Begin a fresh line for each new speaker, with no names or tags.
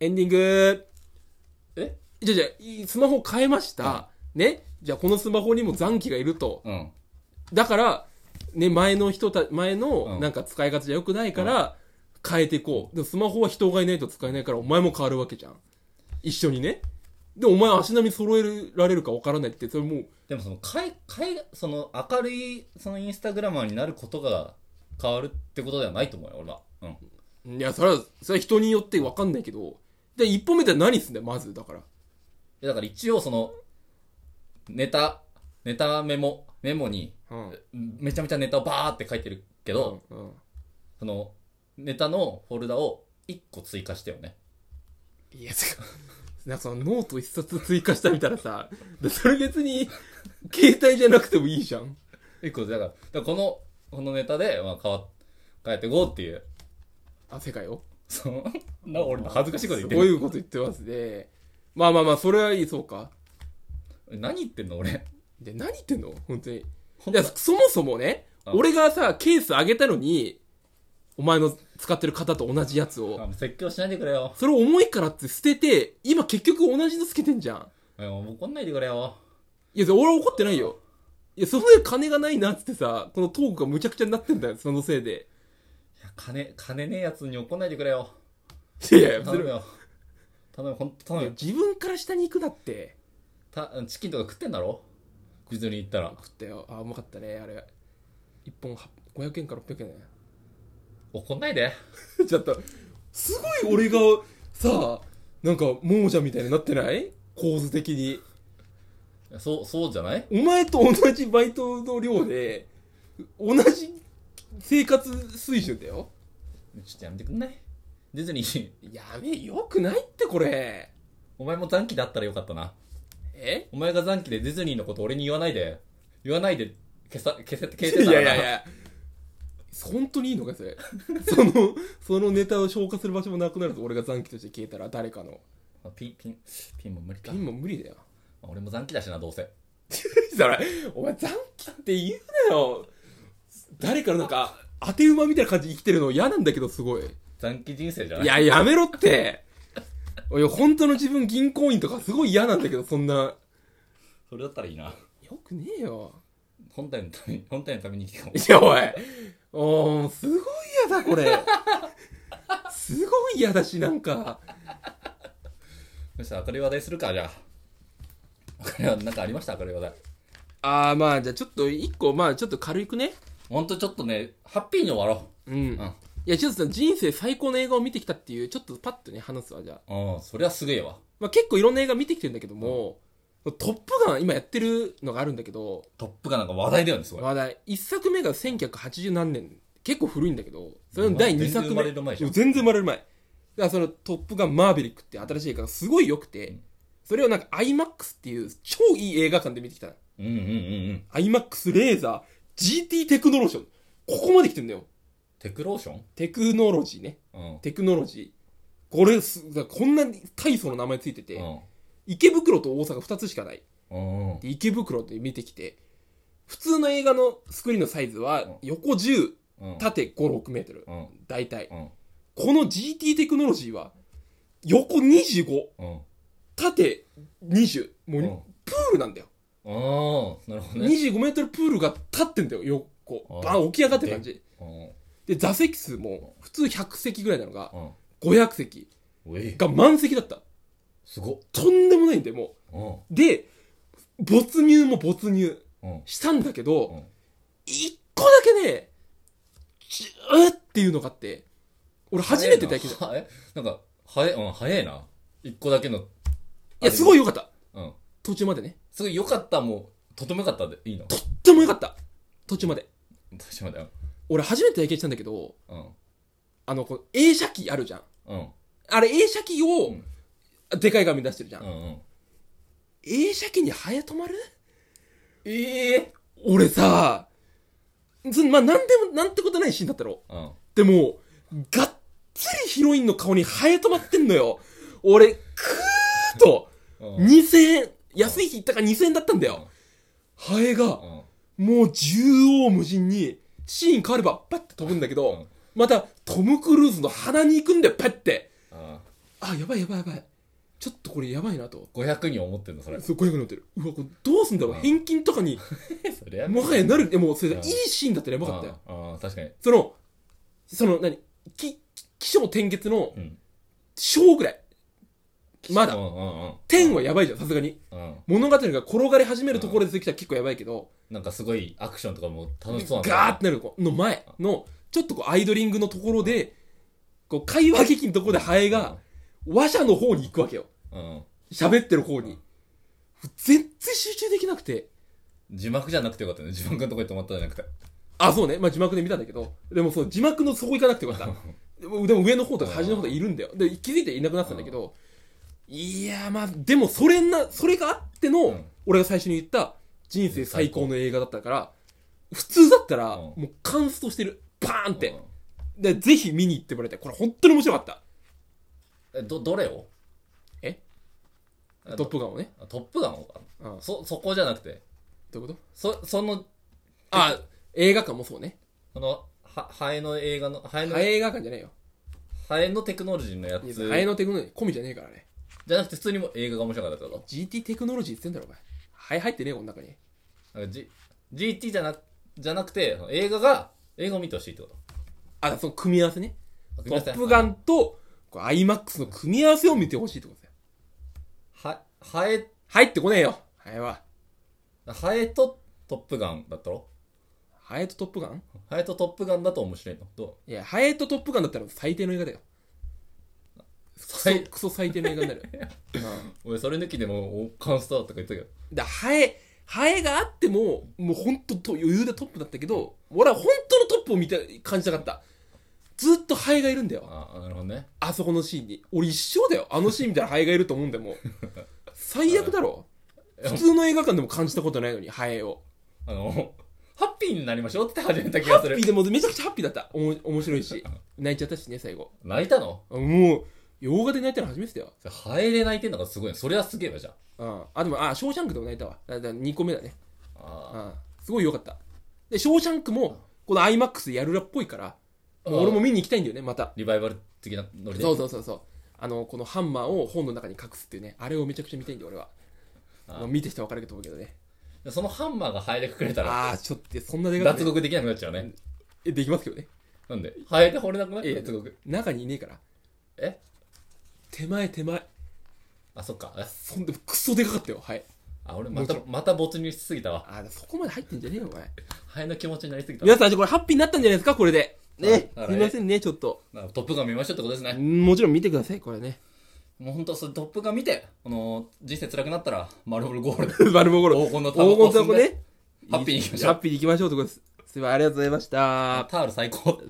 エンディングえじゃあじゃあいスマホ変えました。ねじゃあこのスマホにも残機がいると。
うん。
だから、ね、前の人た、前
う
の
ん
なんか使い方じゃ良くないから、変えていこう。でもスマホは人がいないと使えないから、お前も変わるわけじゃん。一緒にね。で、お前足並み揃えられるか分からないって、それもう、
でもその、かい、かい、その、明るい、そのインスタグラマーになることが変わるってことではないと思うよ、俺は。うん。
いや、それは、それは人によって分かんないけど、で、一歩目って何すんだよ、まず、だから。
いやだから一応その、ネタ、ネタメモ、メモに、
うん。
めちゃめちゃネタをバーって書いてるけど、
うん。
その、ネタのフォルダを1個追加してよね。
いや、違う。 なんかそのノート一冊追加したみたいなさ、でそれ別に、携帯じゃなくてもいいじゃん。
1個、だから、だからこの、このネタで、まあ、変わ、変えていこうっていう、
あ、世界を。
その、なんか俺恥ずかしいこと言って
そうい
る。
うこと言ってますね。まあまあまあ、それはいい、そうか。
何言ってんの俺。
で、何言ってんの本当に。い
ほん
や、
と
そもそもね、
うん
俺がさ、ケースあげたのに、お前の使ってる方と同じやつ
あ
を、
もう説教しないでくれよ。
それ重いからって捨てて、今結局同じのつけてんじゃん。
いやもう怒んないでくれよ。
いや、俺は怒ってないよ。いや、その金がないなっつってさ、このトークがむちゃくちゃになってんだよ、そのせいで。
いや金、金ねえやつに怒んないでくれよ。
いやいや、そ
頼
れ
むよ。頼む、ほんと頼む
いや
よ。
自分から下に行くなって。
た、チキンとか食ってんだろディズニー行ったら。
食ったよ。あ、うまかったね、あれ。一本は500円か600円だね。
怒んないで。
ちょっと、すごい俺が、さあ、なんか、亡者みたいになってない構図的に。
いやそう、そうじゃない
お前と同じバイトの量で、同じ生活水準だよ。
ちょっとやめてくんないディズニー、
やべえ、よくないってこれ。
お前も残機だったらよかったな。
え
お前が残機でディズニーのこと俺に言わないで、言わないで消さ、消せて、消
い
えてたら
やい
な
やいや。本当にいいのかよそれ。その、そのネタを消化する場所もなくなると俺が残機として消えたら誰かの。
あピン、ピン、ピンも無理か。
ピンも無理だよ。
まあ俺も残機だしな、どうせ。
それ、お前残機って言うなよ。誰かのなんか、当て馬みたいな感じで生きてるの嫌なんだけど、すご い。
残機人生じゃない
いや、やめろって。おい、本当の自分銀行員とかすごい嫌なんだけど、そんな。
それだったらいいな。
よくねえよ。
本体のために、本体のために生きても。
いや、おい。おー、すごい嫌だ、これ。 すごい嫌だし、なんか。
そしたら明るい話題するか、じゃあ。明るい話題、なんかありました明るい話題。
あー、まあ、じゃあちょっと一個、まあ、ちょっと軽くね。
ほんとちょっとね、ハッピーに終わろ
うん。
う。うん。
いや、ちょっとさ人生最高の映画を見てきたっていう、ちょっとパッとね、話すわ、じゃあ。
うん、そりゃすげえわ。
まあ、結構いろんな映画見てきてるんだけども、トップガン今やってるのがあるんだけど、
トップがなんか話題だよね、すごい。
話題、一作目が1980何年、結構古いんだけど、それの第2作目。
全然生まれる前じゃん
全然生まれる前。だからそのトップガンマーヴェリックって新しい映画がすごい良くて、
うん
それをなんか IMAX っていう超いい映画館で見てきたの。
うんうんうんうん。
IMAX レーザー GT テクノロジョン。ここまで来てんだよ。
テクローション
テクノロジーね。
うん。
テクノロジー。これす、だからこんな大層の名前ついてて、
う
池袋と大阪2つしかない。
ん。うん。
で池袋で見てきて、普通の映画のスクリーンのサイズは横10、
うん。
縦5、6メートル。
うん。
大体。
うん。
この GT テクノロジーは、横25、
うん。
縦20。も
う
う、
ん。
プールなんだよ。
ああ、なるほどね。
25メートルプールが立ってんだよ、横。
あ
バーン起き上がってる感じ。
うん。うん
で、座席数も、普通100席ぐらいなのが、。500席
うえ
が満席だった。
すごっ。
とんでもないんだよ、も
うん。
う。で、没入も没入
うん。
したんだけど、
うん
一個だけね、ジューっていうのがあって、俺初めてだけど、い
早いな。はえ、なんか、はえ、うん、早いな。一個だけの。
や、すごい
い。
良かった。
うん。
途中までね。
すごい良かった、もう、とても良かったで、いいの。
とっても良かった。途中まで。
大丈夫だよ。
俺初めて体験したんだけど、
うん。
あの、この映写機あるじゃん。
うん。
あれ映写機を、でかい画面出してるじゃん。
うんうん。
映写機に早止まる
ええ
俺さ、ずまあ、なんでも、なんてことないシーンだったろ。
うん。
でも、がっつりヒロインの顔にハエ止まってんのよ。俺、クーッと、
うん。
2000円、安い日行ったから2000円だったんだよ。ハエが
う、ん。
もう縦横無尽に、シーン変われば、パッて飛ぶんだけど、また、トム・クルーズの鼻に行くんだよ、パッて。
あ
あやばいやばいやばいちょっとこれやばいなと
500人思ってんのそれそ
そう500乗ってるうわこれどうすんだろう
うん
返金とかに
れや
もはやなるいやもうそれ
う
い
ん
いシーンだったらやばかったよ
あーあー確かに
そのその何き起承転結の
うん
章ぐらいま
う
だ
んうんうん
天はやばいじゃんさすがに
うん
物語が転がり始めるところでできたら結構やばいけど、
なんかすごいアクションとかも楽しそうなんだ
ガーってなるこうの前のちょっとこうアイドリングのところでこう会話劇のところでハエが話者の方に行くわけよ
うん
喋ってる方に全然集中できなくて
字幕じゃなくてよかったね字幕のとこに止まったじゃなくて
あそうねまあ字幕で見たんだけどでもそう字幕のそこ行かなくてよかったでもでも上の方とか端の方とかいるんだよで気づいていなくなってたんだけどいやーまあでもそれなそれがあって
う
の
ん
俺が最初に言った人生最高の映画だったから普通だったら
うん
もうカンストしてるバーンって、
うん
で、ぜひ見に行ってもらいたい。これ本当に面白かった。
えどどれを
え
あ
トップガンをね。
あトップガンをか
うん。どう
そそこじゃなくて
いうこと
そその
あ、映画館もそうね。
このはハエの映画のハエの
ハエ映画館じゃねえよ。
ハエのテクノロジーのやつ
ハエのテクノロジー、込みじゃねえからね。
じゃなくて普通にも映画が面白かったってこ
GT テクノロジーって言ってんだろ、お前。ハエ入ってねえよ、この中に。
となんか、G、GT じゃなじゃなくて映画が映画を見てほしいってこと
あ、その組み合わせね。
あ
トップガ
ン
ンと、こう IMAX の組み合わせを見てほしいってことだよ。
はハエ
入ってこねえよ、ハエは。
ハエとトップガンだったろ
ハエとトップガン
ハエとトップガンだと面白いのど
いや、ハエとトップガンだったら最低の映画だよ。
う
ク
最
ソ、クソ最低の映画になる。 うん
俺それ抜きでもうカンスターとか言ったけど
だハエ、ハエがあっても、もう本当と余裕でトップだったけど、俺は本当のトップを見た、感じたかった。ずっとハエがいるんだよ。
ああなるほどね
あそこのシーンに。俺一生だよ。あのシーンみたいなハエがいると思うんだよ、もう。最悪だろ。普通の映画館でも感じたことないのに、ハエを。
あの ハッピーになりましょうって始めた気
ハ
がす
ッ
る
ピーでもめちゃくちゃハッピーだった。おも面白いし。泣いちゃったしね、最後。
泣いたの
もう、洋画で泣いたの初めてだよ。
ハエで泣いてんのがすごいねそれはすげえわじゃ
うん。あ、でも、あ、ショーシャンクでも泣いたわ。だだ2個目だね。
ああ
うんすごい良かった。で、ショーシャンクも、この IMAX でやるらっぽいから、もう俺も見に行きたいんだよね、また。
リバイバル的なノリで
そうそうそうそう。あの、このハンマーを本の中に隠すっていうね、あれをめちゃくちゃ見たいんだよ、俺は。
あ
もう見て人は分かると思うけどね。
そのハンマーがハエで隠れたら
あー、ちょっと、そんなでか
脱
くね
獄できなくなっちゃうね
えできますけどね。
なんでハエで掘れなくないい
や
脱獄
中にいねえから。
え
手前手前。
あそっかえ
そんで、クソでかかったよ、はい。
あ俺ま
も
た
ちろ
また没入しすぎたわ
あー、そこまで入ってんじゃねえよ、お前。
ハエの気持ちになりすぎたわ
皆さん、じゃあこれハッピーになったんじゃないですか、これで。ね。
はい
すいませんね、ちょっと。
まあトップガン見ましょうってことですね
もちろん見てください、これね。
もう本当それトップガン見てあの人生辛くなったら丸ボールゴールで
バルボゴロ。
黄金のタバコ
黄金のタバコね。
ハッピーに行きましょう
ハッピーに行きましょうってことです。すいません、ありがとうございました。
タール最高